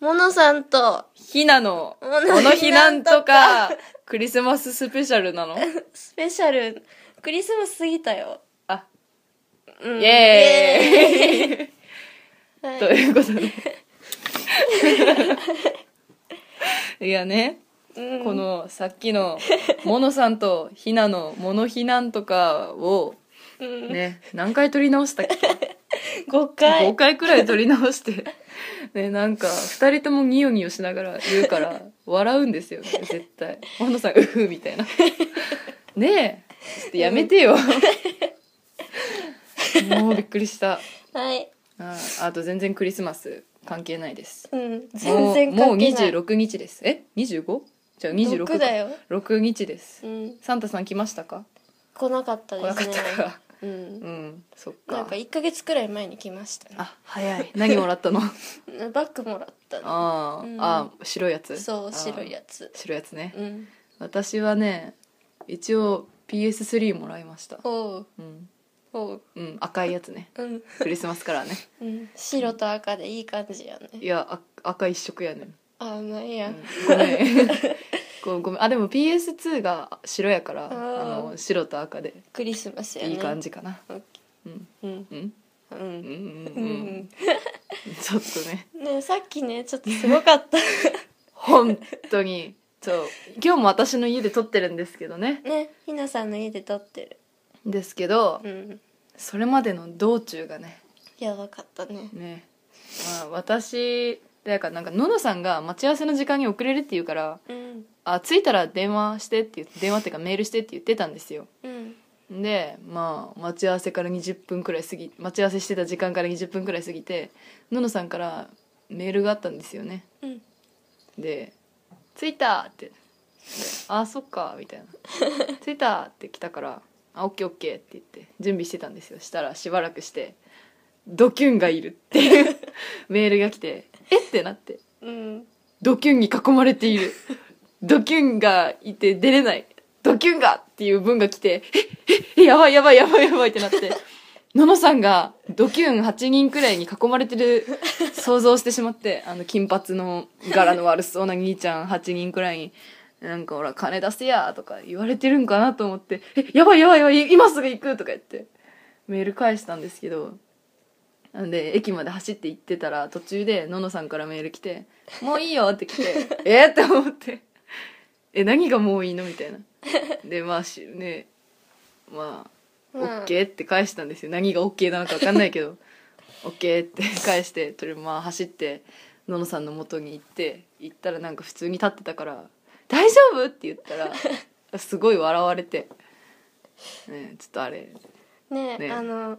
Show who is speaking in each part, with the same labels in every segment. Speaker 1: モノさんと、
Speaker 2: ひなの、こ
Speaker 1: モノ
Speaker 2: のひなんとか、クリスマススペシャルなの
Speaker 1: スペシャル、クリスマス過ぎたよ。
Speaker 2: あ、
Speaker 1: うん
Speaker 2: イエーイ
Speaker 1: イエーイ
Speaker 2: ということで。 いやね、
Speaker 1: うん
Speaker 2: このさっきの、モノさんとひなの、モノひなんとかを、
Speaker 1: うん
Speaker 2: ね、何回撮り直したっけ
Speaker 1: 5
Speaker 2: 5
Speaker 1: 回。
Speaker 2: 回くらい撮り直して、 ね、なんか、二人ともニヨニヨしながら言うから、笑うんですよね、絶対。本野さん、うふみた いな。ねえ、ちょっとやめてよ。もうびっくりした。
Speaker 1: はい。
Speaker 2: ああと全然クリスマス関係ないです。
Speaker 1: うん。全然
Speaker 2: もうもう
Speaker 1: 関係ない。
Speaker 2: 26日です。え ?25? じゃあ26か
Speaker 1: 六だよ。
Speaker 2: 6日です。
Speaker 1: うん。
Speaker 2: サンタさん来ましたか
Speaker 1: 来なかった
Speaker 2: 来
Speaker 1: で
Speaker 2: なか
Speaker 1: す
Speaker 2: っ
Speaker 1: ね。
Speaker 2: たか。
Speaker 1: うん。
Speaker 2: うん、そっ
Speaker 1: なん
Speaker 2: か
Speaker 1: か。1ヶ月くらい前に来ましたね。
Speaker 2: あ、早い。何もらったの
Speaker 1: うんバッグもらったの。
Speaker 2: あー、
Speaker 1: うん
Speaker 2: あー白いやつ
Speaker 1: そ
Speaker 2: あ
Speaker 1: う、
Speaker 2: ー
Speaker 1: 白いやつ。
Speaker 2: 白いやつね、
Speaker 1: うん。
Speaker 2: 私はね一応 PS3 もらいました
Speaker 1: おう、
Speaker 2: うん、
Speaker 1: おう。
Speaker 2: うん、赤いやつね
Speaker 1: うん。
Speaker 2: クリスマスカラーね
Speaker 1: うん。白と赤でいい感じやね
Speaker 2: い。やあ赤一色やねん、
Speaker 1: あ、なんや。
Speaker 2: ごめんごごめんあでも PS2 が白やから
Speaker 1: あ
Speaker 2: あ
Speaker 1: ー
Speaker 2: の白と赤で
Speaker 1: クリスマスやね。
Speaker 2: いい感じかな、
Speaker 1: オッ
Speaker 2: うん
Speaker 1: うん。
Speaker 2: うん
Speaker 1: うん。
Speaker 2: うんう
Speaker 1: うんん。
Speaker 2: うん ちょっとね
Speaker 1: ねさっきね、ちょっとすごかった。
Speaker 2: 本当にそう今日も私の家で撮ってるんですけどね
Speaker 1: ね、ひなさんの家で撮ってる。
Speaker 2: ですけど
Speaker 1: うん。
Speaker 2: それまでの道中がね
Speaker 1: やばかったね。
Speaker 2: ねまあ私だからなんかののさんが待ち合わせの時間に遅れるって言うから
Speaker 1: うん。
Speaker 2: あ着いたら電話してって言って電話っていうかメールしてって言ってたんですよ
Speaker 1: うん。
Speaker 2: でまあ待ち合わせから20分くらい過ぎ待ち合わせしてた時間から20分くらい過ぎてののさんからメールがあったんですよね
Speaker 1: うん。
Speaker 2: で「着いた!」ってで「あそっか」みたいな「着いた!」って来たから「あオッケーオッケー」って言って準備してたんですよしたらしばらくして「ドキュンがいる」っていうメールが来て「えっ?」てなって
Speaker 1: うん。
Speaker 2: 「ドキュンに囲まれている」「ドキュンがいて出れない」「ドキュンが!」っていう文が来て「えっえっやばいやばいやばいやばい」ってなって。ののさんがドキュン8人くらいに囲まれてる想像してしまってあの金髪の柄の悪そうな兄ちゃん8人くらいになんかほら金出せやとか言われてるんかなと思って「えやばいやばいやばい今すぐ行く!」とか言ってメール返したんですけどなんで駅まで走って行ってたら途中でののさんからメール来て「もういいよ」って来 て「えっ?」って思って「え何がもういいの?」みたいなでまあしねまあオ
Speaker 1: まあ
Speaker 2: ッケーって返したんですよ何がオッケーなのか分かんないけど オッケーって返してとりあえずまあ走ってののさんの元に行って行ったらなんか普通に立ってたから「大丈夫?」って言ったらすごい笑われて、ね、ちょっとあれ
Speaker 1: ね
Speaker 2: ね
Speaker 1: あの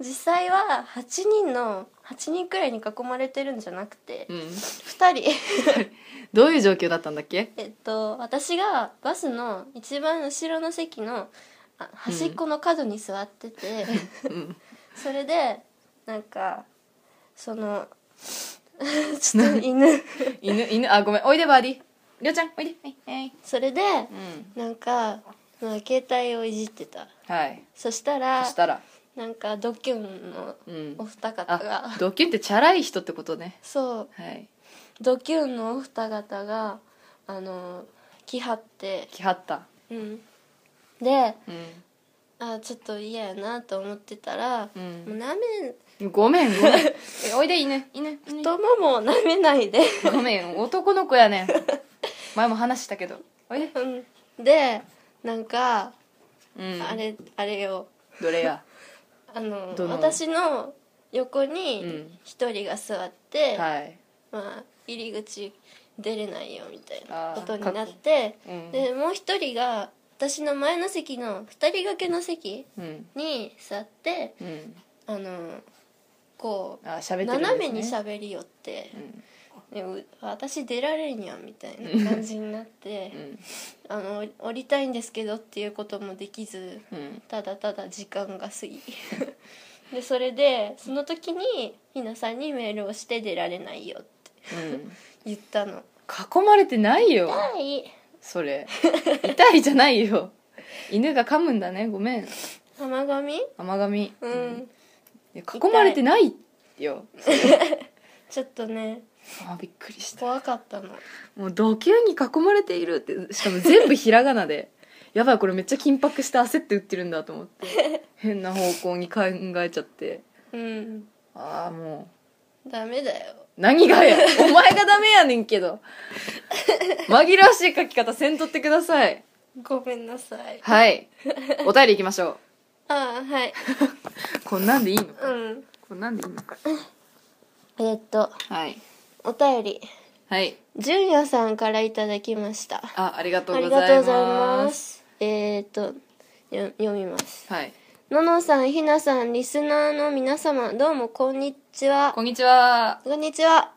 Speaker 1: 実際は8人の8人くらいに囲まれてるんじゃなくて、
Speaker 2: うん
Speaker 1: 2人
Speaker 2: どういう状況だったんだっけ
Speaker 1: えっと私がバスの一番後ろの席のあ端っこの角に座ってて、
Speaker 2: うん
Speaker 1: それでなんかそ のちょっと犬
Speaker 2: 犬犬あごめんおいでバーディーりょうちゃんおいではいはい
Speaker 1: それで
Speaker 2: うん
Speaker 1: なんか、まあ、携帯をいじってた
Speaker 2: はい
Speaker 1: そしたら
Speaker 2: そしたら
Speaker 1: なんかドキュンの
Speaker 2: うん
Speaker 1: お二方が、
Speaker 2: あドキュンってチャラい人ってことね
Speaker 1: そう
Speaker 2: はい
Speaker 1: ドキュンのお二方があの来はって、
Speaker 2: 来はった
Speaker 1: うん、で
Speaker 2: うん
Speaker 1: あちょっと嫌やなと思ってたら、
Speaker 2: う
Speaker 1: もうんなめ
Speaker 2: ごめんご めんえおいで犬犬犬
Speaker 1: 太ももをなめないで、
Speaker 2: ごめん男の子やねん前も話したけどおいで
Speaker 1: うん、でなんか、
Speaker 2: うん
Speaker 1: あれあれよ
Speaker 2: どれや
Speaker 1: あの
Speaker 2: どの
Speaker 1: 私の横
Speaker 2: う
Speaker 1: に
Speaker 2: ん
Speaker 1: 一人が座って、
Speaker 2: はい
Speaker 1: まあ、入り口出れないよみたいな
Speaker 2: あー
Speaker 1: ことになって
Speaker 2: うん
Speaker 1: でもう一人が私の前の席の二人掛けの席
Speaker 2: うん
Speaker 1: に座って
Speaker 2: うん
Speaker 1: あのこ
Speaker 2: あ喋っ
Speaker 1: う
Speaker 2: てるんです、ね、
Speaker 1: 斜めに喋りよって
Speaker 2: う、ん
Speaker 1: でう私出られんやんみたいな感じになって
Speaker 2: うん
Speaker 1: あの降りたいんですけどっていうこともできず
Speaker 2: うん
Speaker 1: ただただ時間が過 ぎでそれでその時にひなさんにメールをして出られないよって
Speaker 2: うん
Speaker 1: 言ったの
Speaker 2: 囲まれてない よ
Speaker 1: はい
Speaker 2: それ痛いじゃないよ犬が噛むんだねごめん
Speaker 1: 甘噛み
Speaker 2: 甘噛み
Speaker 1: うん、
Speaker 2: いや囲まれてないよ
Speaker 1: ちょっとね
Speaker 2: あびっくりした
Speaker 1: 怖かったの
Speaker 2: もうドキュンに囲まれているってしかも全部ひらがなで やばいこれめっちゃ緊迫して焦って打ってるんだと思って 変な方向に考えちゃって
Speaker 1: うん
Speaker 2: ああもう
Speaker 1: ダメだよ
Speaker 2: 何がやお前がダメやねん けど紛らわしい書き方せんとってください
Speaker 1: ごめんなさい
Speaker 2: はいお便りいきましょ
Speaker 1: ああはいう
Speaker 2: こんなんでいいの
Speaker 1: う
Speaker 2: か
Speaker 1: ん
Speaker 2: こんなんでいいのか
Speaker 1: えっと
Speaker 2: はい
Speaker 1: お便り
Speaker 2: はい
Speaker 1: 純也さんからいただきました
Speaker 2: あありがと
Speaker 1: あ
Speaker 2: う
Speaker 1: り
Speaker 2: ご
Speaker 1: が
Speaker 2: ざい
Speaker 1: とうご
Speaker 2: ます
Speaker 1: ざいますえーっとよ読みます
Speaker 2: はい
Speaker 1: ののさんひなさんリスナーの皆様どうもこんにちは
Speaker 2: こんにちは
Speaker 1: こんにちは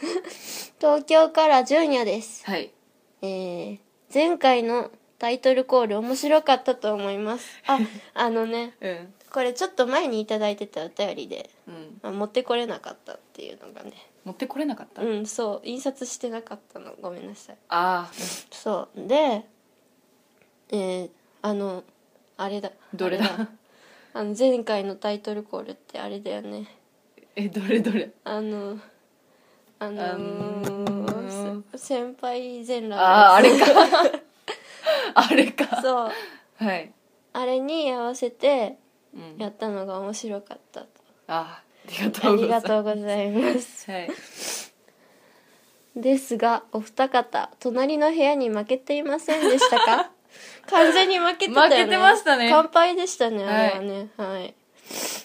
Speaker 1: 東京から純也です
Speaker 2: はい
Speaker 1: えー、前回のタイトルコール面白かったと思いますあ あのね
Speaker 2: うん
Speaker 1: これちょっと前にいただいてたお便りで、
Speaker 2: うん
Speaker 1: まあ持ってこれなかったっていうのがね
Speaker 2: 持ってこれなかった、あ
Speaker 1: うんそう印刷してなかったのごめんなさい
Speaker 2: あ
Speaker 1: そうでえー、あのあれだ
Speaker 2: どれだ
Speaker 1: ああの前回のタイトルコールってあれだよね
Speaker 2: えどれどれ
Speaker 1: あのあのー
Speaker 2: あの
Speaker 1: せ先輩全裸の
Speaker 2: あああれか あれか
Speaker 1: そう
Speaker 2: はい、
Speaker 1: あれに合わせて
Speaker 2: うん、
Speaker 1: やったのが面白かったと
Speaker 2: あありが
Speaker 1: あ
Speaker 2: とうご
Speaker 1: り
Speaker 2: ざいま
Speaker 1: が
Speaker 2: す
Speaker 1: とうございます
Speaker 2: はい
Speaker 1: ですがお二方隣の部屋に負けていませんでした か完全に負けてたよね
Speaker 2: 負けてましたね
Speaker 1: 乾杯でしたねあれはねはい、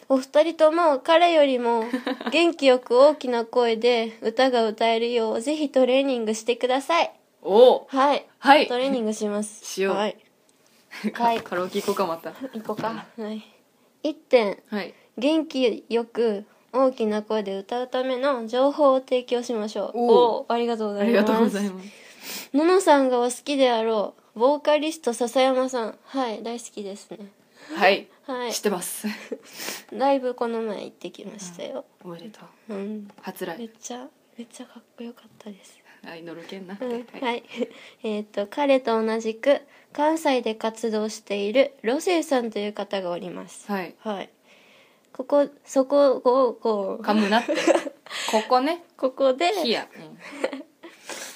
Speaker 1: お二人とも彼より も元気よく大きな声で歌が歌えるようぜひトレーニングしてください
Speaker 2: おお
Speaker 1: はい
Speaker 2: はい
Speaker 1: トレーニングします
Speaker 2: しよう
Speaker 1: はいは
Speaker 2: か
Speaker 1: い
Speaker 2: カラオケ行こうかまた
Speaker 1: 行こうかはい1点
Speaker 2: はい
Speaker 1: 元気よく大きな声で歌うための情報を提供しましょう
Speaker 2: お
Speaker 1: おーありがとうご
Speaker 2: あ
Speaker 1: ざい
Speaker 2: り
Speaker 1: ます
Speaker 2: がとうございます
Speaker 1: ののさんがお好きであろうボーカリスト笹山さんはい大好きですね
Speaker 2: はい、
Speaker 1: はい
Speaker 2: 知ってます
Speaker 1: ライブこの前行ってきましたよ、
Speaker 2: おめでとう
Speaker 1: うん、
Speaker 2: 初
Speaker 1: めっ
Speaker 2: 来
Speaker 1: ちゃめっちゃかっこよかったです
Speaker 2: はい乗るけんな、
Speaker 1: うん
Speaker 2: は
Speaker 1: はいい、 えっと彼と同じく関西で活動しているロセイさんという方がおります
Speaker 2: はい
Speaker 1: はいここそこここ
Speaker 2: 噛むなってここね
Speaker 1: ここで
Speaker 2: 火や、うん、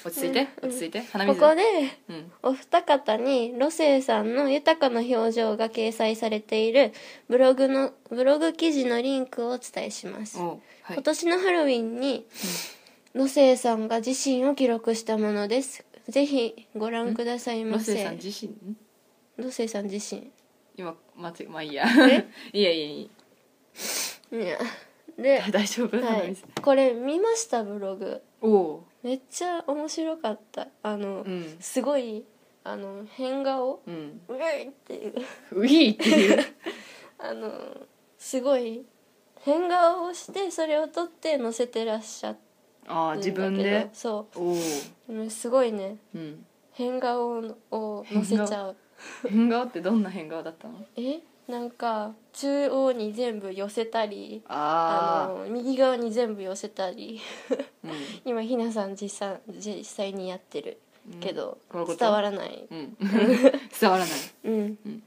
Speaker 2: 落ち着いて落ち着いて鼻
Speaker 1: こ
Speaker 2: 水
Speaker 1: こで
Speaker 2: うん
Speaker 1: お二方にロセイさんの豊かな表情が掲載されているブログのブログ記事のリンクをお伝えします、
Speaker 2: おうは
Speaker 1: 今
Speaker 2: い
Speaker 1: 年のハロウィンにロセイさんが自身を記録したものですぜひご覧くださいま
Speaker 2: ロ
Speaker 1: せ
Speaker 2: セさん自身ん
Speaker 1: ロセイさん自身
Speaker 2: 今間違まあいいや
Speaker 1: え
Speaker 2: いやいやい
Speaker 1: い
Speaker 2: い
Speaker 1: やで、
Speaker 2: 大丈夫、
Speaker 1: は
Speaker 2: 鼻
Speaker 1: い
Speaker 2: 水、
Speaker 1: これ見ましたブログ
Speaker 2: おお
Speaker 1: めっちゃ面白かったあの、
Speaker 2: ううん
Speaker 1: すごいあの変顔
Speaker 2: うん
Speaker 1: うえいっていう
Speaker 2: ウィーっていう
Speaker 1: あのすごい変顔をしてそれを撮って載せてらっしゃっ
Speaker 2: あ
Speaker 1: た
Speaker 2: あ自分で
Speaker 1: そ
Speaker 2: おお
Speaker 1: ううんすごいね
Speaker 2: うん
Speaker 1: 変顔を載せちゃう
Speaker 2: 変顔ってどんな変顔だったの
Speaker 1: えなんか中央に全部寄せたりあ
Speaker 2: あ
Speaker 1: の右側に全部寄せたり
Speaker 2: あうん
Speaker 1: 今ひなさん実際実際にやってるけど、
Speaker 2: このこと
Speaker 1: 伝わらない
Speaker 2: うん 伝わらない
Speaker 1: うん、
Speaker 2: うん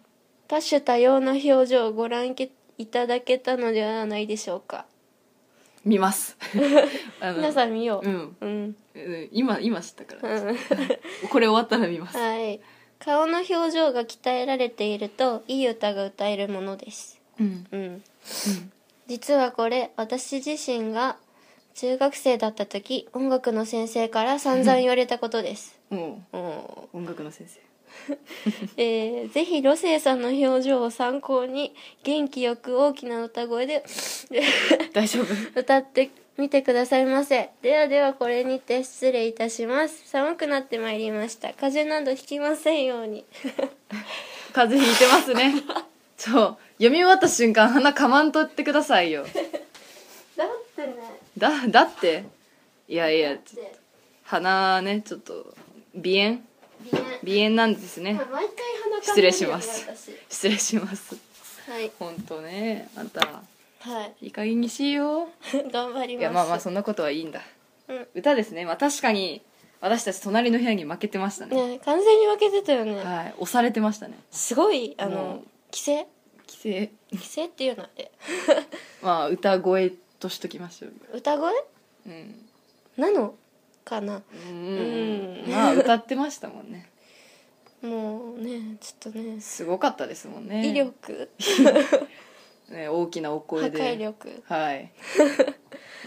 Speaker 1: 多種多様な表情をご覧けいただけたのではないでしょうか
Speaker 2: 見ます あ
Speaker 1: 皆さん見よ
Speaker 2: んうん
Speaker 1: ううん
Speaker 2: うん今今知ったか
Speaker 1: う
Speaker 2: ら
Speaker 1: ん
Speaker 2: これ終わったら見ます
Speaker 1: はい顔の表情が鍛えられているといい歌が歌えるものです
Speaker 2: うん
Speaker 1: うん実はこれ私自身が中学生だった時音楽の先生から散々言われたことです
Speaker 2: も
Speaker 1: お
Speaker 2: う音楽の先生
Speaker 1: ー えー、ぜひロセイさんの表情を参考に元気よく大きな歌声で
Speaker 2: 大丈夫
Speaker 1: 歌ってみてくださいませではではこれにて失礼いたします寒くなってまいりました風邪などひきませんように
Speaker 2: 風邪ひいてますねそう読み終わった瞬間鼻かまんとってくださいよ
Speaker 1: だってね
Speaker 2: だだっていやいや
Speaker 1: だって
Speaker 2: 鼻ねちょっと鼻炎
Speaker 1: 鼻炎
Speaker 2: 鼻炎なんですね
Speaker 1: 毎回鼻
Speaker 2: 失礼します失礼します
Speaker 1: はい
Speaker 2: 本当ねあんた
Speaker 1: はい
Speaker 2: いい加減にしよ
Speaker 1: 頑張り
Speaker 2: う
Speaker 1: ます
Speaker 2: いやまあまあそんなことはいいんだ
Speaker 1: うん
Speaker 2: 歌ですねまあ確かに私たち隣の部屋に負けてましたね
Speaker 1: ね完全に負けてたよね、
Speaker 2: はい押されてましたね
Speaker 1: すごいあ
Speaker 2: も
Speaker 1: の
Speaker 2: う
Speaker 1: 規制
Speaker 2: 規制
Speaker 1: 規制っていうのあれ
Speaker 2: まあ歌声としときましょう
Speaker 1: 歌声
Speaker 2: うん
Speaker 1: なのかな
Speaker 2: うん
Speaker 1: うん
Speaker 2: まあ歌ってましたもんね
Speaker 1: もうねちょっとね
Speaker 2: すごかったですもんね
Speaker 1: 威力
Speaker 2: ね大きなお
Speaker 1: 破
Speaker 2: 声で
Speaker 1: 壊力
Speaker 2: はい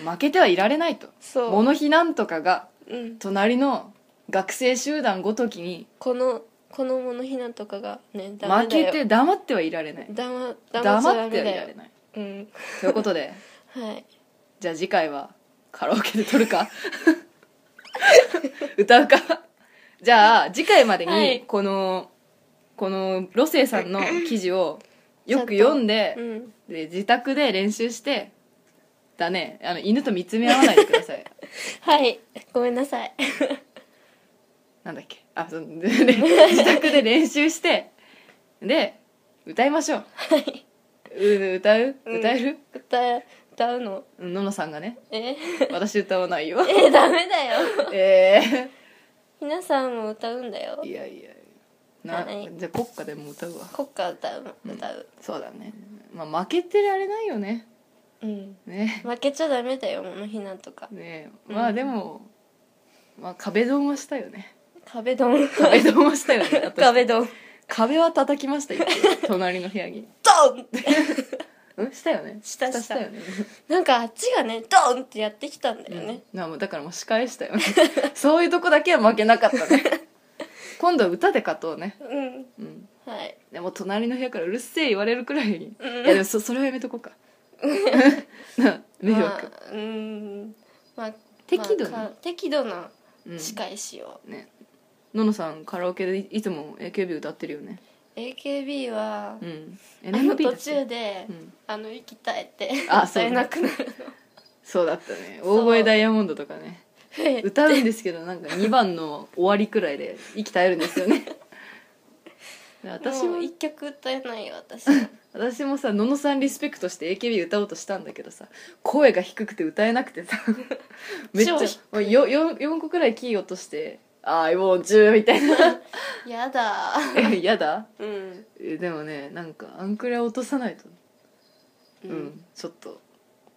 Speaker 2: 負けてはいられないと
Speaker 1: そう
Speaker 2: モノヒなんとかが
Speaker 1: うん、
Speaker 2: 隣の学生集団ごときに
Speaker 1: このこのものひなとかがねダメ
Speaker 2: 負
Speaker 1: だよ
Speaker 2: けて黙ってはいられない
Speaker 1: 黙黙っちゃ
Speaker 2: 黙
Speaker 1: ダ
Speaker 2: っ
Speaker 1: メ
Speaker 2: てはい
Speaker 1: だ
Speaker 2: ら
Speaker 1: よ
Speaker 2: れない
Speaker 1: うん
Speaker 2: ということで
Speaker 1: はい
Speaker 2: じゃあ次回はカラオケで撮るか歌うかじゃあ次回まで
Speaker 1: はい
Speaker 2: にこの、このロセイさんの記事をよく読んで
Speaker 1: う、ん
Speaker 2: で自宅で練習してだねあの犬と見つめ合わないでくださ い
Speaker 1: はいごめんなさい
Speaker 2: なんだっけあそう自宅で練習してで歌いましょうう歌う
Speaker 1: うん
Speaker 2: 歌える、
Speaker 1: 歌歌うの
Speaker 2: ののさんが ね
Speaker 1: え
Speaker 2: 私歌わないよ
Speaker 1: えダメだよ
Speaker 2: え
Speaker 1: ひなさんも歌うんだよ
Speaker 2: ー、いやいやな、
Speaker 1: はい
Speaker 2: じゃあ国歌でも歌うわ
Speaker 1: 国歌歌うの歌う
Speaker 2: そうだねまあ負けてられないよね
Speaker 1: うん
Speaker 2: ね
Speaker 1: 負けちゃダメだよものひなとか
Speaker 2: ねまあでも、まあ壁ドンはしたよね
Speaker 1: 壁ドン
Speaker 2: 壁ドンはしたよね 私
Speaker 1: 壁ドン
Speaker 2: 壁は叩きました よ隣の部屋に
Speaker 1: ドン
Speaker 2: うんしたよね
Speaker 1: したした
Speaker 2: したよね
Speaker 1: なんかあっちがねドンってやってきたんだよね、
Speaker 2: うんなあもうだからもう仕返 したよねそういうとこだけは負けなかったね今度は歌で勝とうね
Speaker 1: うん、
Speaker 2: うん
Speaker 1: はい
Speaker 2: でも隣の部屋からうるせえ言われるくらいに、
Speaker 1: うん
Speaker 2: いやでもそそれはやめとこ うかな迷惑、
Speaker 1: まあ、うんまあ
Speaker 2: 適度に
Speaker 1: まあか適度な
Speaker 2: うん
Speaker 1: 仕返しを、
Speaker 2: ねののさんカラオケでいいつも AKB 歌ってるよね
Speaker 1: AKB は
Speaker 2: う、ん
Speaker 1: あの
Speaker 2: NMB
Speaker 1: 途
Speaker 2: だし
Speaker 1: 中で、
Speaker 2: うん
Speaker 1: あの息絶えて
Speaker 2: あ
Speaker 1: 歌えなくなる
Speaker 2: そうだったね
Speaker 1: そう
Speaker 2: 大声ダイヤモンドとかね
Speaker 1: はい
Speaker 2: 歌うんですけどなんか2番の終わりくらいで息絶えるんですよ ね私
Speaker 1: 私
Speaker 2: も
Speaker 1: も一曲歌えないよ私は
Speaker 2: 私もさののさんリスペクトして AKB 歌おうとしたんだけどさ声が低くて歌えなくて さめっちゃ
Speaker 1: 超低い
Speaker 2: もうよよ4個くらいキー落として「I want you」みたいな
Speaker 1: やだ
Speaker 2: えやだ
Speaker 1: うん
Speaker 2: えでもねなんかあんくらい落とさないと
Speaker 1: う
Speaker 2: うんん、ちょっと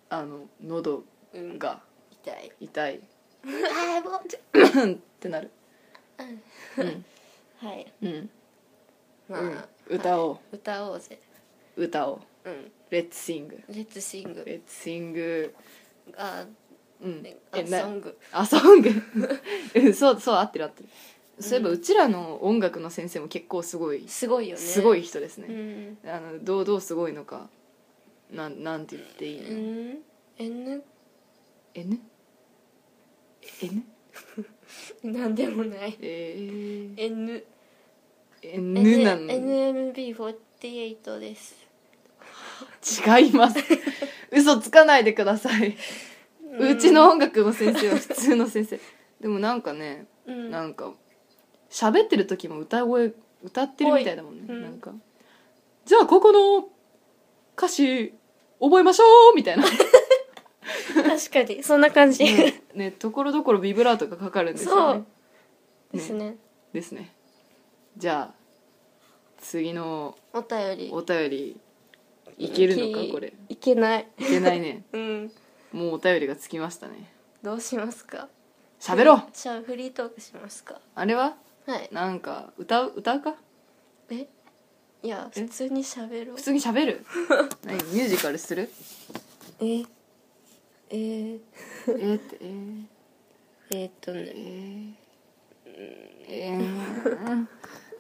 Speaker 2: あの喉
Speaker 1: うん
Speaker 2: が
Speaker 1: 痛い
Speaker 2: 痛い
Speaker 1: I want you
Speaker 2: ってなるうん
Speaker 1: はい
Speaker 2: うん、
Speaker 1: まあ、
Speaker 2: うん歌おう
Speaker 1: 歌おうぜ
Speaker 2: 歌おう
Speaker 1: うん
Speaker 2: 「レッツシング」
Speaker 1: レッツシン
Speaker 2: 「
Speaker 1: グ
Speaker 2: レッツシング」
Speaker 1: あ
Speaker 2: うん
Speaker 1: あ
Speaker 2: な
Speaker 1: ソング
Speaker 2: あソング うんそうそう合ってる合ってるそういえばうちらの音楽の先生も結構すごい、
Speaker 1: すごいよね
Speaker 2: すごい人です
Speaker 1: う
Speaker 2: ね、
Speaker 1: ん、
Speaker 2: あのどうどうすごいのかなんなんて言っていいの、
Speaker 1: うん N
Speaker 2: N? N?
Speaker 1: なんでもない
Speaker 2: えー、
Speaker 1: N
Speaker 2: N なの
Speaker 1: NMB48 です
Speaker 2: 違います 嘘つかないでください、うちの音楽の先生は普通の先生でもなんかね
Speaker 1: うん
Speaker 2: なんか喋ってる時も歌声歌ってるみたいだもんね、
Speaker 1: ぽいうん
Speaker 2: なんかじゃあここの歌詞覚えましょうみ たいな、
Speaker 1: 確かにそんな感じ、
Speaker 2: ねところどころビブラートがかかるんですよ
Speaker 1: そ
Speaker 2: ね
Speaker 1: うですね
Speaker 2: ですねじゃあ次の
Speaker 1: お便り
Speaker 2: お便りいけるのか
Speaker 1: いけ
Speaker 2: これ
Speaker 1: いけない
Speaker 2: いけないね
Speaker 1: うん
Speaker 2: もうお便りがつきましたね
Speaker 1: どうしますか
Speaker 2: 喋ろう
Speaker 1: じゃあフリートークしますか
Speaker 2: あれは
Speaker 1: はい
Speaker 2: なんか歌う歌うか
Speaker 1: えいや
Speaker 2: え
Speaker 1: 普通に喋ろう
Speaker 2: 普通に 喋る何ミュージカルする
Speaker 1: ええー、
Speaker 2: えーってえー
Speaker 1: えー、っとね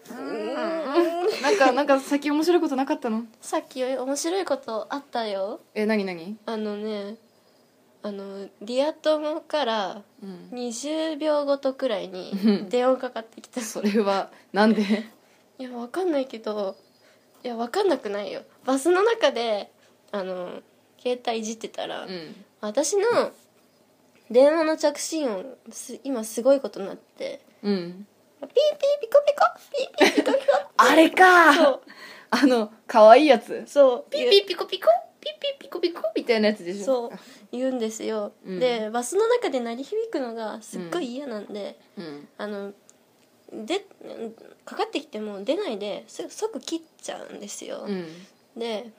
Speaker 2: なんかなんか最近面白いことなかったの
Speaker 1: さっき面白いことあったよ
Speaker 2: えなになに
Speaker 1: あのねあのリア友から20秒ごとくらいに
Speaker 2: うん
Speaker 1: 電話かかってきた
Speaker 2: それはなんで
Speaker 1: いやわかんないけどいやわかんなくないよバスの中であの携帯いじってたら、
Speaker 2: うん
Speaker 1: 私の電話の着信音す今すごいことになって
Speaker 2: うん
Speaker 1: ピーピーピコピコピーピーピコピコ
Speaker 2: あれ
Speaker 1: そ
Speaker 2: か
Speaker 1: う
Speaker 2: あの可愛いやつ
Speaker 1: そう
Speaker 2: ピピピコピコピピピコピコみたいなやつでしょ
Speaker 1: そう言うんですよ、
Speaker 2: うん
Speaker 1: でバスの中で鳴り響くのがすっごい嫌なんで、
Speaker 2: う、ん、
Speaker 1: あのでかかってきても出ないですぐ即切っちゃうんですよ、
Speaker 2: うん
Speaker 1: で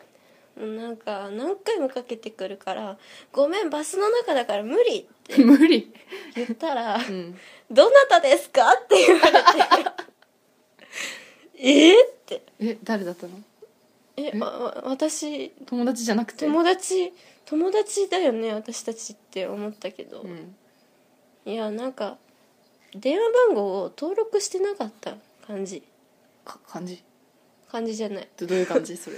Speaker 1: もうなんか何回もかけてくるから「ごめんバスの中だから無理」っって
Speaker 2: 無理。
Speaker 1: 言ったら
Speaker 2: うん。
Speaker 1: 「どなたですか?」って言われて 「えーって
Speaker 2: え、誰だったの
Speaker 1: 「えわわ私
Speaker 2: 友達じゃなくて。
Speaker 1: 友達友達だよね私たち」って思ったけど、
Speaker 2: うん。
Speaker 1: いやなんか電話番号を登録してなかった感じ
Speaker 2: か、感じ。
Speaker 1: 感じじゃない
Speaker 2: どどういう感じ それ。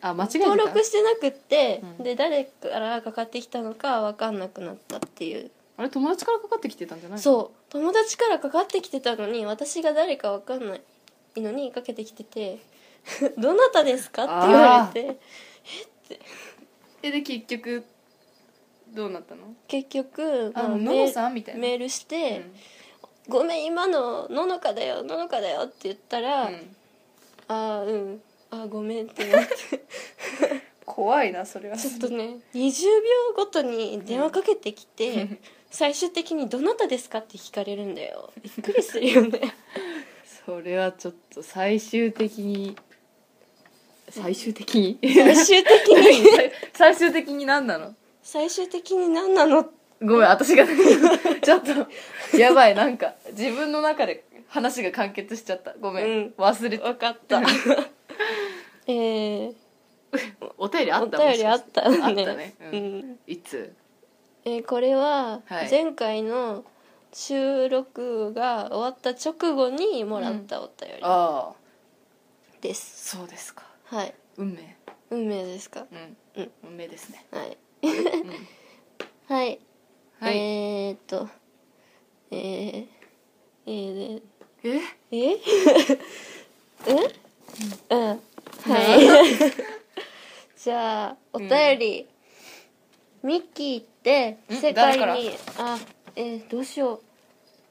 Speaker 2: あ、間違えてた。
Speaker 1: 登録してなくって、
Speaker 2: うん
Speaker 1: で誰からかかってきたのか分かんなくなったっていう、
Speaker 2: あれ、友達からかかってきてたんじゃないの
Speaker 1: そう友達からかかってきてたのに私が誰か分かんないのにかけてきてて 「どなたですか?」って言われて
Speaker 2: え、で、結局、どうなったの
Speaker 1: 結局
Speaker 2: あ、
Speaker 1: まあ
Speaker 2: の
Speaker 1: メ
Speaker 2: の
Speaker 1: ー
Speaker 2: さんみたいな。
Speaker 1: メールして
Speaker 2: うん
Speaker 1: 「ごめん今のののかだよののかだよ」って言ったら「
Speaker 2: うん
Speaker 1: ああうんあーごめん」ってなって
Speaker 2: 怖いな、それは。
Speaker 1: ちょっとね20秒ごとに電話かけてきて、最終的に「どなたですか?」って聞かれるんだよびっくりするよね
Speaker 2: それはちょっと最終的に最終的に
Speaker 1: 最終的に
Speaker 2: 最終的に何なの
Speaker 1: 最終的に何なの
Speaker 2: ごめん私がちょっとやばいなんか自分の中で話が完結しちゃったごめん、
Speaker 1: うん
Speaker 2: 忘れて
Speaker 1: 分かったえー、
Speaker 2: お便りあ
Speaker 1: お
Speaker 2: った
Speaker 1: 便りあ
Speaker 2: もしかし
Speaker 1: ってたね
Speaker 2: あったね、うん
Speaker 1: うん
Speaker 2: いつ
Speaker 1: えーこれは
Speaker 2: はい
Speaker 1: 前回の収録が終わった直後にもらったお便り
Speaker 2: ああ
Speaker 1: です、
Speaker 2: そうですか
Speaker 1: はい
Speaker 2: 運命
Speaker 1: 運命ですか
Speaker 2: うん、
Speaker 1: うん
Speaker 2: 運命です ね、
Speaker 1: はい
Speaker 2: うん
Speaker 1: はい
Speaker 2: はい、
Speaker 1: えー、っとえー、えー、
Speaker 2: え
Speaker 1: ええ うんはい じゃあお便り、ミッキーって
Speaker 2: ん
Speaker 1: 世界
Speaker 2: 誰から
Speaker 1: にあえーどうしよう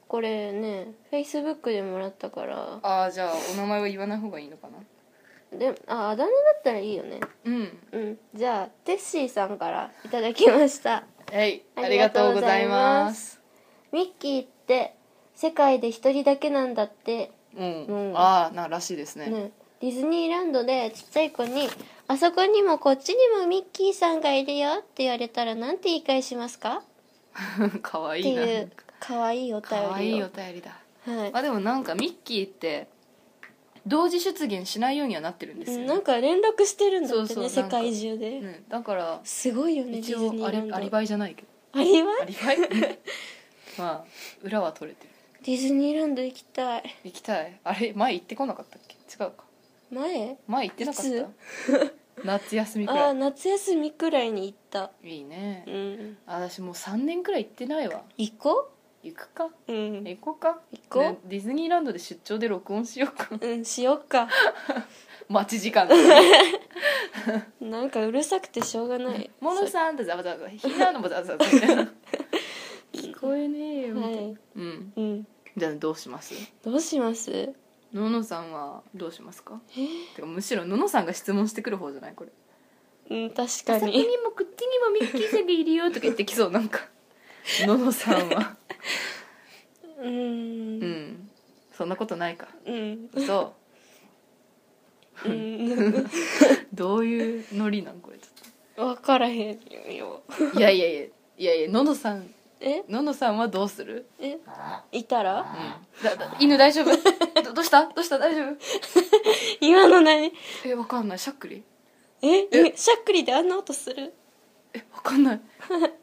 Speaker 1: これねフェイスブックでもらったから
Speaker 2: ああじゃあお名前は言わない方がいいのかな
Speaker 1: でああだ名だったらいいよね
Speaker 2: うん
Speaker 1: うんじゃあテッシーさんからいただきました
Speaker 2: はい
Speaker 1: あ
Speaker 2: あ
Speaker 1: り
Speaker 2: り
Speaker 1: が
Speaker 2: が
Speaker 1: と
Speaker 2: と
Speaker 1: うご
Speaker 2: うご
Speaker 1: ざ
Speaker 2: ざ
Speaker 1: い
Speaker 2: い
Speaker 1: ま
Speaker 2: ます
Speaker 1: ミッキーって世界で一人だけなんだって
Speaker 2: うん、
Speaker 1: うん
Speaker 2: ああならしいですね
Speaker 1: ね、ディズニーランドでちっちゃい子に「あそこにもこっちにもミッキーさんがいるよ」って言われたらなんて言い返しますか
Speaker 2: かわい
Speaker 1: って
Speaker 2: いな
Speaker 1: いうかわいいお便
Speaker 2: かわい
Speaker 1: り
Speaker 2: い
Speaker 1: を
Speaker 2: お便りだ
Speaker 1: はい
Speaker 2: あでもなんかミッキーって同時出現しないようにはなってるんですよ、ね
Speaker 1: なんか連絡してるんだってね
Speaker 2: そうそう
Speaker 1: 世
Speaker 2: なん
Speaker 1: 界
Speaker 2: か
Speaker 1: 中で、
Speaker 2: うんだから
Speaker 1: すごいよねデ
Speaker 2: 一
Speaker 1: ィズ
Speaker 2: 応
Speaker 1: ニ
Speaker 2: ア
Speaker 1: ーラ
Speaker 2: リ
Speaker 1: ンド
Speaker 2: アリバイじゃないけど
Speaker 1: アリバイ
Speaker 2: アリバイ まあ裏は取れてる
Speaker 1: ディズニーランド行きたい
Speaker 2: 行きたいあれ前行ってこなかったっけ違うか
Speaker 1: 前
Speaker 2: 前行ってなかった夏休み く
Speaker 1: あ
Speaker 2: ら
Speaker 1: あ夏休みくらいに行った
Speaker 2: いいいね
Speaker 1: うん
Speaker 2: あ私もう3年くらい行ってないわ
Speaker 1: 行こ
Speaker 2: 行くか
Speaker 1: ううん
Speaker 2: 行こうか
Speaker 1: 行こう
Speaker 2: ねディズニーランドで出張で録音しようか
Speaker 1: うんしよっか
Speaker 2: 待ち 時間
Speaker 1: なんかうるさくてしょうがない
Speaker 2: モノさんとざわざわざわひなのもざわざわ ざわみたいな聞こえねえよみた
Speaker 1: はい
Speaker 2: な、
Speaker 1: い
Speaker 2: うん
Speaker 1: うん
Speaker 2: じゃあどうします
Speaker 1: どうします
Speaker 2: ののさんはどうしますか
Speaker 1: えー
Speaker 2: てかむしろののさんが質問してくる方じゃないこれ
Speaker 1: うん確
Speaker 2: あ
Speaker 1: か
Speaker 2: そこ
Speaker 1: に
Speaker 2: にもこっちにもミッキーさんがいるよとか言ってきそうな んかののさんは
Speaker 1: うー
Speaker 2: うんんそんなことないか
Speaker 1: うん
Speaker 2: そう
Speaker 1: うん
Speaker 2: どういうノリなんこれち
Speaker 1: 分からへんよ
Speaker 2: ょっといやいやいやいやいやののさん
Speaker 1: え
Speaker 2: ののさんはどうする
Speaker 1: えいたら
Speaker 2: うんだだ犬大丈夫どどうしたどうした大丈夫
Speaker 1: 今の何
Speaker 2: えわかんないしゃっくり
Speaker 1: え
Speaker 2: え
Speaker 1: しゃっくりであんな音する
Speaker 2: えわかんない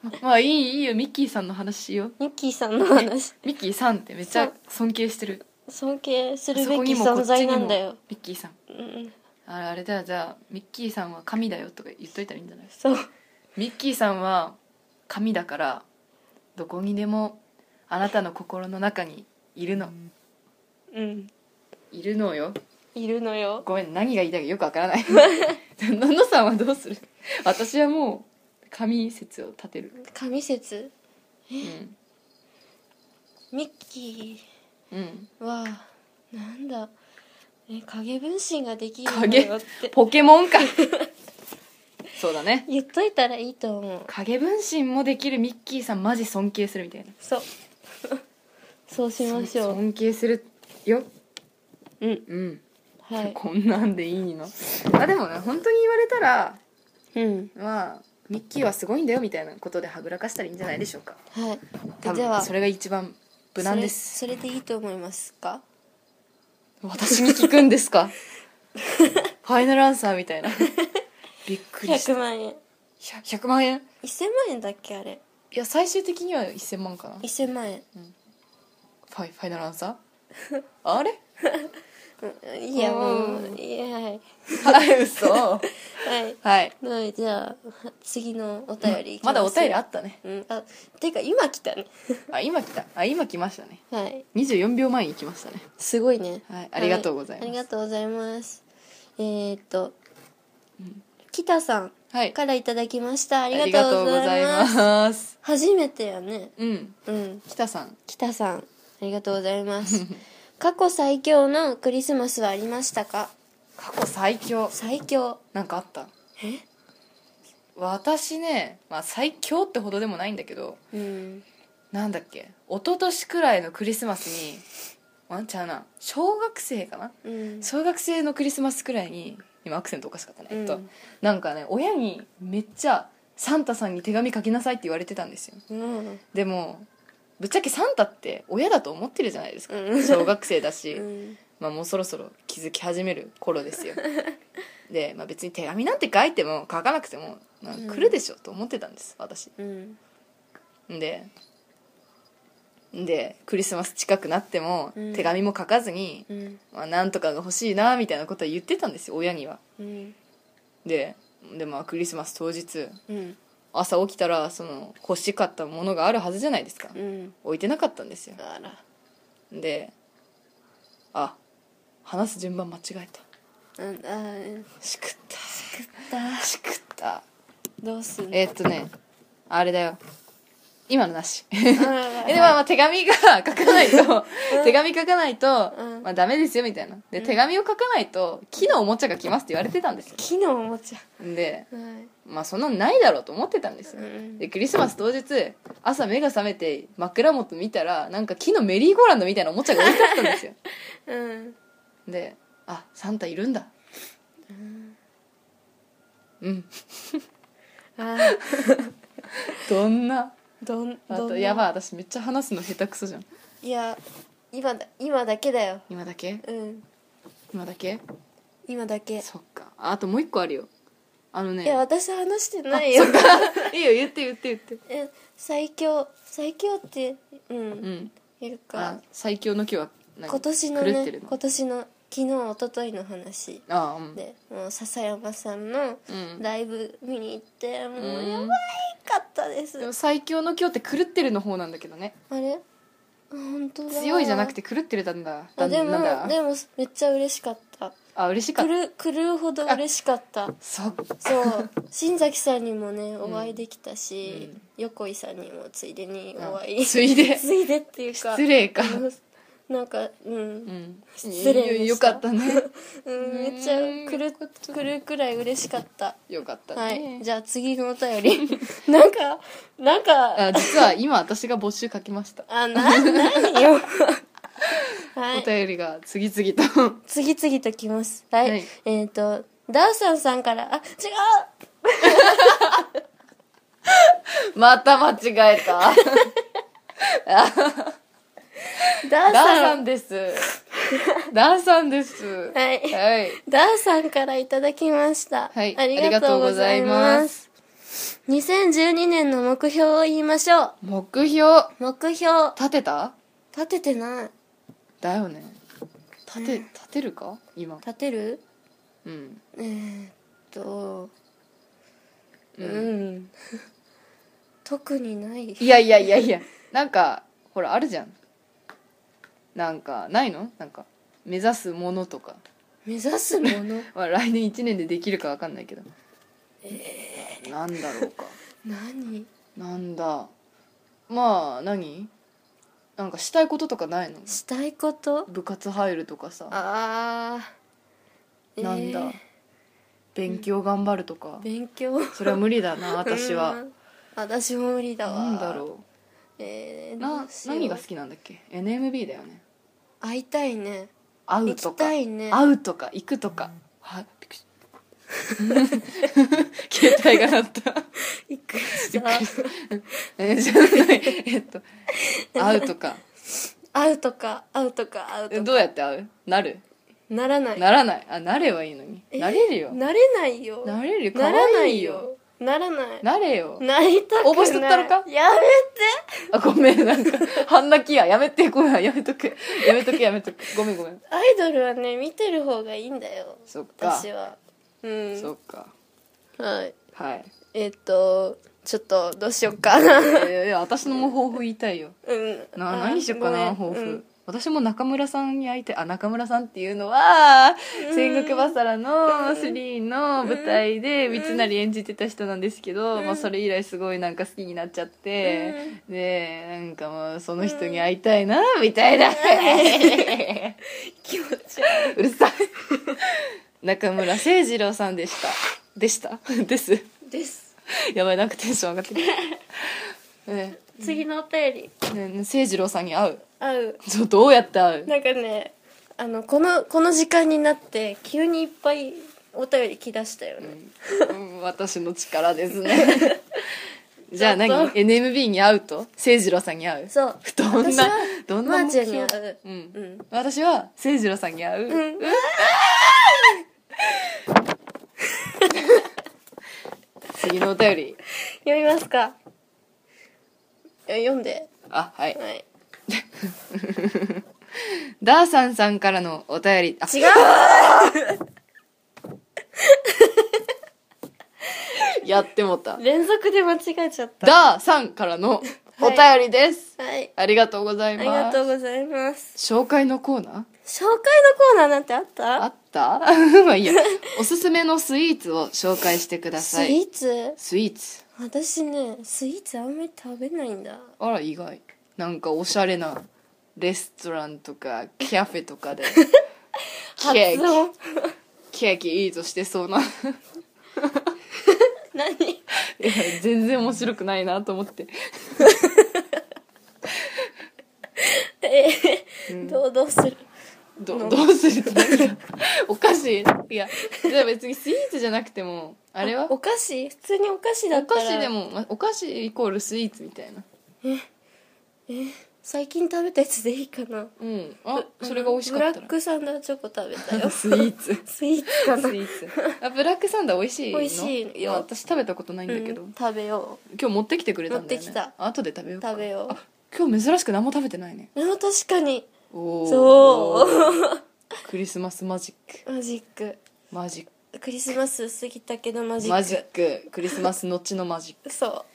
Speaker 2: ままあいいいいよミッキーさんの話しよう
Speaker 1: ミッキーさんの話
Speaker 2: ミッキーさんってめっちゃ尊敬してる
Speaker 1: 尊敬す
Speaker 2: あ
Speaker 1: る
Speaker 2: そ
Speaker 1: べ
Speaker 2: こ
Speaker 1: き
Speaker 2: にもこ
Speaker 1: 存
Speaker 2: っち
Speaker 1: 在
Speaker 2: に
Speaker 1: な
Speaker 2: も
Speaker 1: んだよ
Speaker 2: ミッキーさん
Speaker 1: うん
Speaker 2: あれあれだよじゃあミッキーさんは神だよとか言っといたらいいんじゃない
Speaker 1: そう
Speaker 2: ミッキーさんは神だからどこにでもあなたの心の中にいるの
Speaker 1: うん
Speaker 2: いるのよ
Speaker 1: いるのよ
Speaker 2: ごめん何が言いたいかよくわから ないののさんはどうする私はもう神説を立てる
Speaker 1: 神説
Speaker 2: うん
Speaker 1: ミッキ
Speaker 2: うん
Speaker 1: ーはなんだえ影分身ができるの
Speaker 2: 影
Speaker 1: よって
Speaker 2: ポケ モンかそうだね
Speaker 1: 言っといたらいいと思う
Speaker 2: 影分身もできるミッキーさんマジ尊敬するみたいな
Speaker 1: そう そうしましょう
Speaker 2: 尊敬するよ
Speaker 1: うん
Speaker 2: うん、
Speaker 1: はい
Speaker 2: こんなんでいいのあでもね本当に言われたら
Speaker 1: うん
Speaker 2: まあミッキーはすごいんだよみたいなことではぐらかしたらいいんじゃないでしょうか
Speaker 1: はい
Speaker 2: 多
Speaker 1: では
Speaker 2: 分それが一番無難です
Speaker 1: それそれでいいと思いますか
Speaker 2: 私に聞くんですか ファイナルアンサーみたいなびっくりした
Speaker 1: 100万円
Speaker 2: 100, 万円
Speaker 1: 1000万円だっけあれ
Speaker 2: いや最終的には1000万かなフ
Speaker 1: 1000万円
Speaker 2: ァイファイナルアンサー あれ
Speaker 1: うんいや
Speaker 2: うん
Speaker 1: もういやはい
Speaker 2: はい嘘
Speaker 1: はい
Speaker 2: はい
Speaker 1: はいじゃあ次のお便りいき
Speaker 2: まだお
Speaker 1: す
Speaker 2: 便りあったね
Speaker 1: うんあてか今来たね
Speaker 2: あ今来たあ今来ましたね
Speaker 1: はい
Speaker 2: 24秒前に来ましたね
Speaker 1: すごいね
Speaker 2: はいありがとうございます
Speaker 1: ありがとうございますえー、っと、北さん
Speaker 2: はい
Speaker 1: からいただきましたあ
Speaker 2: あ
Speaker 1: りがとうございます
Speaker 2: りがとうございます
Speaker 1: 初めてやね
Speaker 2: うん
Speaker 1: うん
Speaker 2: 北さん
Speaker 1: 北さんありがとうございます過去最強のクリスマスはありましたか
Speaker 2: 過去最強
Speaker 1: 最強
Speaker 2: なんかあった私ね、まあ、最強ってほどでもないんだけど
Speaker 1: うん
Speaker 2: なんだっけ一昨年くらいのクリスマスにワンちゃうな小学生かな
Speaker 1: うん
Speaker 2: 小学生のクリスマスくらいに今アクセントおかしかったね、
Speaker 1: うん
Speaker 2: えっとなんかね親にめっちゃサンタさんに手紙書きなさいって言われてたんですよ
Speaker 1: うん
Speaker 2: でもぶっちゃけサンタって親だと思ってるじゃないですか、
Speaker 1: うん
Speaker 2: 小学生だし、
Speaker 1: うん
Speaker 2: まあ、もうそろそろ気づき始める頃ですよで、まあ、別に手紙なんて書いても書かなくても、まあ、
Speaker 1: うん
Speaker 2: 来るでしょと思ってたんです私
Speaker 1: うん
Speaker 2: ででクリスマス近くなっても
Speaker 1: うん
Speaker 2: 手紙も書かずに、
Speaker 1: うん
Speaker 2: まあ、なんとかが欲しいなみたいなことは言ってたんですよ親には
Speaker 1: うん
Speaker 2: でで、まあ、クリスマス当日
Speaker 1: うん
Speaker 2: 朝起きたらその欲しかったものがあるはずじゃないですか
Speaker 1: うん
Speaker 2: 置いてなかったんですよ
Speaker 1: あら
Speaker 2: であ話す順番間違えた
Speaker 1: うんあー
Speaker 2: しくった
Speaker 1: だ
Speaker 2: しくった
Speaker 1: どうすんの
Speaker 2: えーっとねあれだよ今のなし
Speaker 1: あ
Speaker 2: え
Speaker 1: らら
Speaker 2: でもまあ手紙が書かないと手紙書かないと、
Speaker 1: うん
Speaker 2: まあダメですよみたいなで手紙を書かないと木のおもちゃが来ますって言われてたんですよ
Speaker 1: 木のおもちゃ
Speaker 2: で
Speaker 1: はい
Speaker 2: まあそんなのないだろうと思ってたんですよ
Speaker 1: うん
Speaker 2: でクリスマス当日朝目が覚めて枕元見たらなんか木のメリーゴーランドみたいなおもちゃが置いてあった んですよ
Speaker 1: うん
Speaker 2: であサンタいるんだうん
Speaker 1: あー
Speaker 2: どんな
Speaker 1: どん
Speaker 2: あ
Speaker 1: どん
Speaker 2: と
Speaker 1: な
Speaker 2: やばい私めっちゃ話すの下手くそじゃん
Speaker 1: いや今だ今だけだよ
Speaker 2: 今だけ
Speaker 1: うん
Speaker 2: 今だけ
Speaker 1: 今だけ
Speaker 2: そっかああともう一個あるよあのね
Speaker 1: いや
Speaker 2: あ
Speaker 1: 私話して
Speaker 2: そっか
Speaker 1: ないよ
Speaker 2: いいよ言って言って言って
Speaker 1: え最強最強ってうん、
Speaker 2: うん
Speaker 1: いう
Speaker 2: あ
Speaker 1: か
Speaker 2: 最強の今日は何
Speaker 1: 今年の
Speaker 2: 狂っ
Speaker 1: ね
Speaker 2: てるの
Speaker 1: 今年の昨日一昨日の話
Speaker 2: ああうん
Speaker 1: でもう笹山さんの
Speaker 2: うん
Speaker 1: ライブ見に行って、もうやば
Speaker 2: うん
Speaker 1: いかったです、
Speaker 2: でも最強の今日って狂ってるの方なんだけどね
Speaker 1: あれあ本当だ
Speaker 2: 強いじゃなくて狂ってるだんだだ
Speaker 1: あ
Speaker 2: ん
Speaker 1: で
Speaker 2: だ
Speaker 1: も
Speaker 2: なんだ
Speaker 1: でもめっちゃ嬉しかった
Speaker 2: あ嬉しか
Speaker 1: 狂
Speaker 2: った
Speaker 1: う狂うほど嬉しかった
Speaker 2: そっか
Speaker 1: そう新崎さんにもねお会いできたし、
Speaker 2: うん
Speaker 1: 横井さんにもついでにお会い、
Speaker 2: ついで
Speaker 1: ついでっていうか
Speaker 2: 失礼か
Speaker 1: なんかうん
Speaker 2: うん
Speaker 1: 失礼でした
Speaker 2: よかった ね
Speaker 1: うん、めっちゃ狂っ狂うくらい嬉しかった。
Speaker 2: よかった
Speaker 1: は
Speaker 2: ね
Speaker 1: い、じゃあ次のお便り。 なんか、なんか、
Speaker 2: あ実は今私が募集かけました
Speaker 1: あ、な、何よ。は
Speaker 2: お
Speaker 1: い、
Speaker 2: 便りが次々と
Speaker 1: 次々と来ます。はい、
Speaker 2: はい
Speaker 1: えっ、と、ダーサンさんから、あ、違う
Speaker 2: また間違え た。
Speaker 1: ダー
Speaker 2: ダー
Speaker 1: サ
Speaker 2: さ
Speaker 1: ン
Speaker 2: んです。 ダーさんです。
Speaker 1: はい
Speaker 2: はい。
Speaker 1: ダーさんからいただきました。
Speaker 2: はい
Speaker 1: ありがとうございます。2012年の目標を言いましょう。
Speaker 2: 目標、
Speaker 1: 目標、
Speaker 2: 立てた
Speaker 1: 立ててない。
Speaker 2: だよね。立て、立てるか今。
Speaker 1: 立てる
Speaker 2: うん。
Speaker 1: えーっとう、
Speaker 2: うん
Speaker 1: 特にない
Speaker 2: いやいやいやいや。なんか、ほら、あるじゃん。なんか、ないのなんか、目指すものとか。
Speaker 1: 目指すも の
Speaker 2: まあ、来年1年でできるかわかんないけど。えなんだろうか。
Speaker 1: 何
Speaker 2: なんだ。まあ、何なんかしたいこととかないの
Speaker 1: したいこと
Speaker 2: 部活入るとかさ
Speaker 1: あー
Speaker 2: なんだ、
Speaker 1: えー
Speaker 2: 勉強頑張るとか
Speaker 1: 勉強
Speaker 2: それは無理だな私
Speaker 1: う
Speaker 2: は
Speaker 1: ん私も無理だわ
Speaker 2: なんだろ
Speaker 1: え
Speaker 2: う
Speaker 1: ー、ど
Speaker 2: な
Speaker 1: うしよう
Speaker 2: 何が好きなんだっけ NMB だよね
Speaker 1: 会いたいね
Speaker 2: 会
Speaker 1: 行
Speaker 2: う
Speaker 1: き
Speaker 2: とか
Speaker 1: たいね
Speaker 2: 会うとか行くとかはびっくりし 携帯が鳴った。
Speaker 1: びっくり
Speaker 2: び
Speaker 1: し
Speaker 2: っくり
Speaker 1: た
Speaker 2: した。え、じゃない。えっと、会うとか。
Speaker 1: 会うとか会うとか会う
Speaker 2: え
Speaker 1: とか
Speaker 2: どうやって会うなる
Speaker 1: ならない
Speaker 2: ならない。あ、なればいいのに。
Speaker 1: え
Speaker 2: なれるよ。
Speaker 1: なれないよ
Speaker 2: なれるよ。
Speaker 1: な
Speaker 2: からわ
Speaker 1: ないい
Speaker 2: いよ。
Speaker 1: よならない
Speaker 2: なれよ。
Speaker 1: なりたくない
Speaker 2: 応募しとったのか
Speaker 1: やめて
Speaker 2: あ、ごめん、なんか、半泣きや。やめて、ごめん、やめとく。やめとく、やめとく。ごめん、ごめん。
Speaker 1: アイドルはね見てる方がいいんだよ
Speaker 2: そっか
Speaker 1: 私。はうん
Speaker 2: そっか。
Speaker 1: はい
Speaker 2: はい。
Speaker 1: えっ、とちょっとどうしようかな
Speaker 2: いやいや、私のもう抱負言いたいよ。
Speaker 1: うん
Speaker 2: な、
Speaker 1: あ
Speaker 2: 何しようかな、
Speaker 1: ご
Speaker 2: 抱
Speaker 1: めん
Speaker 2: 負。私も中村さんに会いたい。あ、中村さんっていうのは、
Speaker 1: うん
Speaker 2: 戦国バサラの3の舞台で、三成演じてた人なんですけど、
Speaker 1: うん
Speaker 2: まあそれ以来すごいなんか好きになっちゃって、で、なんかもうその人に会いたいな、みたいな。
Speaker 1: 気持ち
Speaker 2: うるさい。中村誠二郎さんでした。でした。 です。
Speaker 1: 悪いです
Speaker 2: やばい、なんかテンション上がってる。 ね
Speaker 1: 次のお便り
Speaker 2: ねね誠二郎さんに会う。
Speaker 1: 合う
Speaker 2: そうどうやって会う
Speaker 1: なんかねあのこのこの時間になって急にいっぱいお便り来だしたよね、
Speaker 2: うん私の力ですね じゃあ何
Speaker 1: ちょっと
Speaker 2: NMB に会うと誠二郎さんに会う
Speaker 1: そう
Speaker 2: どんな
Speaker 1: 私は
Speaker 2: どん
Speaker 1: ま
Speaker 2: な
Speaker 1: ー
Speaker 2: 目
Speaker 1: ちゃん
Speaker 2: 標
Speaker 1: に会う
Speaker 2: うん
Speaker 1: うん
Speaker 2: 私は誠二郎さんに会う、
Speaker 1: うん
Speaker 2: 次のお便り
Speaker 1: 読みますかいや読んで
Speaker 2: あはい
Speaker 1: はい
Speaker 2: ダーサンさんからのお便りあ
Speaker 1: 違う
Speaker 2: やってもった
Speaker 1: 連続で間違えちゃった
Speaker 2: ダーさんからのお便りです、
Speaker 1: はい
Speaker 2: ありがとうござ
Speaker 1: あ
Speaker 2: い
Speaker 1: り
Speaker 2: ま
Speaker 1: が
Speaker 2: す
Speaker 1: とうございます
Speaker 2: 紹介のコーナー
Speaker 1: 紹介のコーナーなんてあった
Speaker 2: あった まあいいやおすすめのスイーツを紹介してくださ
Speaker 1: ス
Speaker 2: い
Speaker 1: イーツ
Speaker 2: スイーツ
Speaker 1: 私ねスイーツあんまり食べないんだ
Speaker 2: あら意外なんかおしゃれなレストランとかカフェとかでケー
Speaker 1: 発
Speaker 2: キ
Speaker 1: 音
Speaker 2: ケーキいいとしてそうな い
Speaker 1: 何
Speaker 2: や全然面白くないなと思って
Speaker 1: えどうどうする
Speaker 2: どどうするとなん かお菓子いやじゃあ別にスイーツじゃなくてもあれは
Speaker 1: お菓子普通にお菓子だ
Speaker 2: お
Speaker 1: ったら
Speaker 2: 菓子でも、まあお菓子イコールスイーツみたいな
Speaker 1: 最近食べたやつでいいかな
Speaker 2: うんあそれが美味しかったら
Speaker 1: ブラックサンダーチョコ食べたよ
Speaker 2: スイーツ
Speaker 1: スイーツかな
Speaker 2: スイーツあブラックサンダー美味しいの
Speaker 1: 美味しいよ
Speaker 2: や私食べたことないんだけど、
Speaker 1: うん食べよ
Speaker 2: 今日持ってきてくれたんだよね
Speaker 1: 持ってきた
Speaker 2: 後で食べよ
Speaker 1: う
Speaker 2: うか
Speaker 1: 食べよう
Speaker 2: あ今日珍しく何も食べてないね
Speaker 1: でも確かに
Speaker 2: おー
Speaker 1: そ
Speaker 2: クリスマスマジック
Speaker 1: マジック
Speaker 2: マジック
Speaker 1: クリスマス過ぎたけどマジック
Speaker 2: マジッククリスマスのちのマジッ
Speaker 1: そ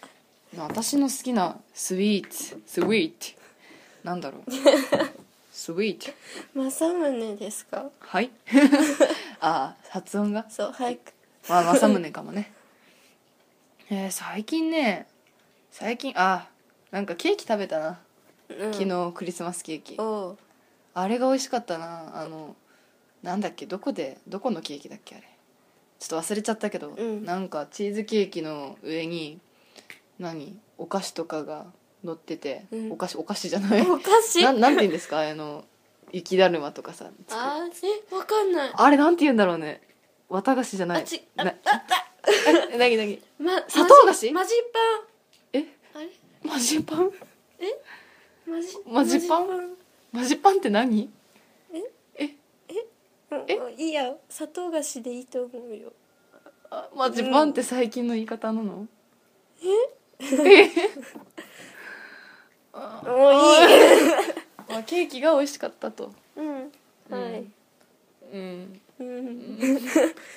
Speaker 2: ク私の好きなスイーツスイートなんだろう スイート
Speaker 1: う政宗ですか
Speaker 2: はい あー発音が
Speaker 1: そう早く
Speaker 2: まあ政宗かもねえー最近ね最近あなんかケーキ食べたな、
Speaker 1: うん
Speaker 2: 昨日クリスマスケーキ
Speaker 1: おう
Speaker 2: あれが美味しかったなあのなんだっけどこでどこのケーキだっけあれちょっと忘れちゃったけど、
Speaker 1: うん
Speaker 2: なんかチーズケーキの上に何お菓子とかが乗ってて、
Speaker 1: うん
Speaker 2: お菓子お菓子じゃない
Speaker 1: お菓子
Speaker 2: な
Speaker 1: あ
Speaker 2: なんて言うんですかあの雪だるまとかさあ
Speaker 1: ーえわかんない
Speaker 2: れなんて言うんだろうね綿菓子じゃない
Speaker 1: あちあ
Speaker 2: な
Speaker 1: あ
Speaker 2: えなぎなぎ
Speaker 1: ま
Speaker 2: 砂糖菓子
Speaker 1: マジ
Speaker 2: え
Speaker 1: マジパンあれ
Speaker 2: マジパン
Speaker 1: マジ
Speaker 2: マジパンマジパンって何
Speaker 1: マジパンうんいいや砂糖菓子でいいと思うよ
Speaker 2: あマジパンって最近の言い方なの、
Speaker 1: もういい
Speaker 2: まあ、ケーキが美味しかったと
Speaker 1: うんはい
Speaker 2: うん
Speaker 1: うん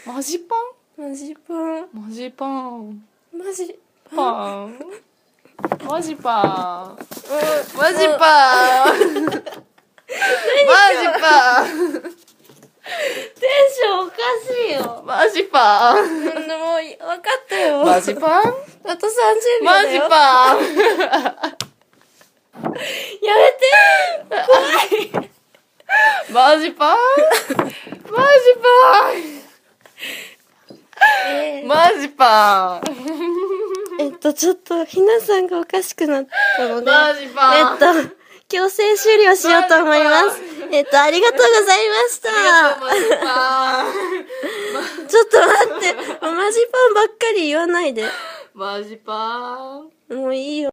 Speaker 2: マジパ
Speaker 1: マジパン
Speaker 2: ンマジパン
Speaker 1: マジ
Speaker 2: パンマジパン
Speaker 1: う
Speaker 2: マジパンマジパン
Speaker 1: んテンションおかしいよ
Speaker 2: マジパン
Speaker 1: うんでもいいわかったよ
Speaker 2: マジパン
Speaker 1: あと30秒
Speaker 2: マ
Speaker 1: だ
Speaker 2: ジ
Speaker 1: よ
Speaker 2: パン
Speaker 1: やめて
Speaker 2: マジ パンマジパ
Speaker 1: え
Speaker 2: ンマジパン
Speaker 1: ーえっと、ちょっと、ひなさんがおかしくなったので、
Speaker 2: マジパ
Speaker 1: え
Speaker 2: ン
Speaker 1: っと、強制終了しようと思います。えっと、ありがとうございました。
Speaker 2: マジパン
Speaker 1: ちょっと待って、マジパンばっかり言わないで。
Speaker 2: マジパーン
Speaker 1: もういいよ。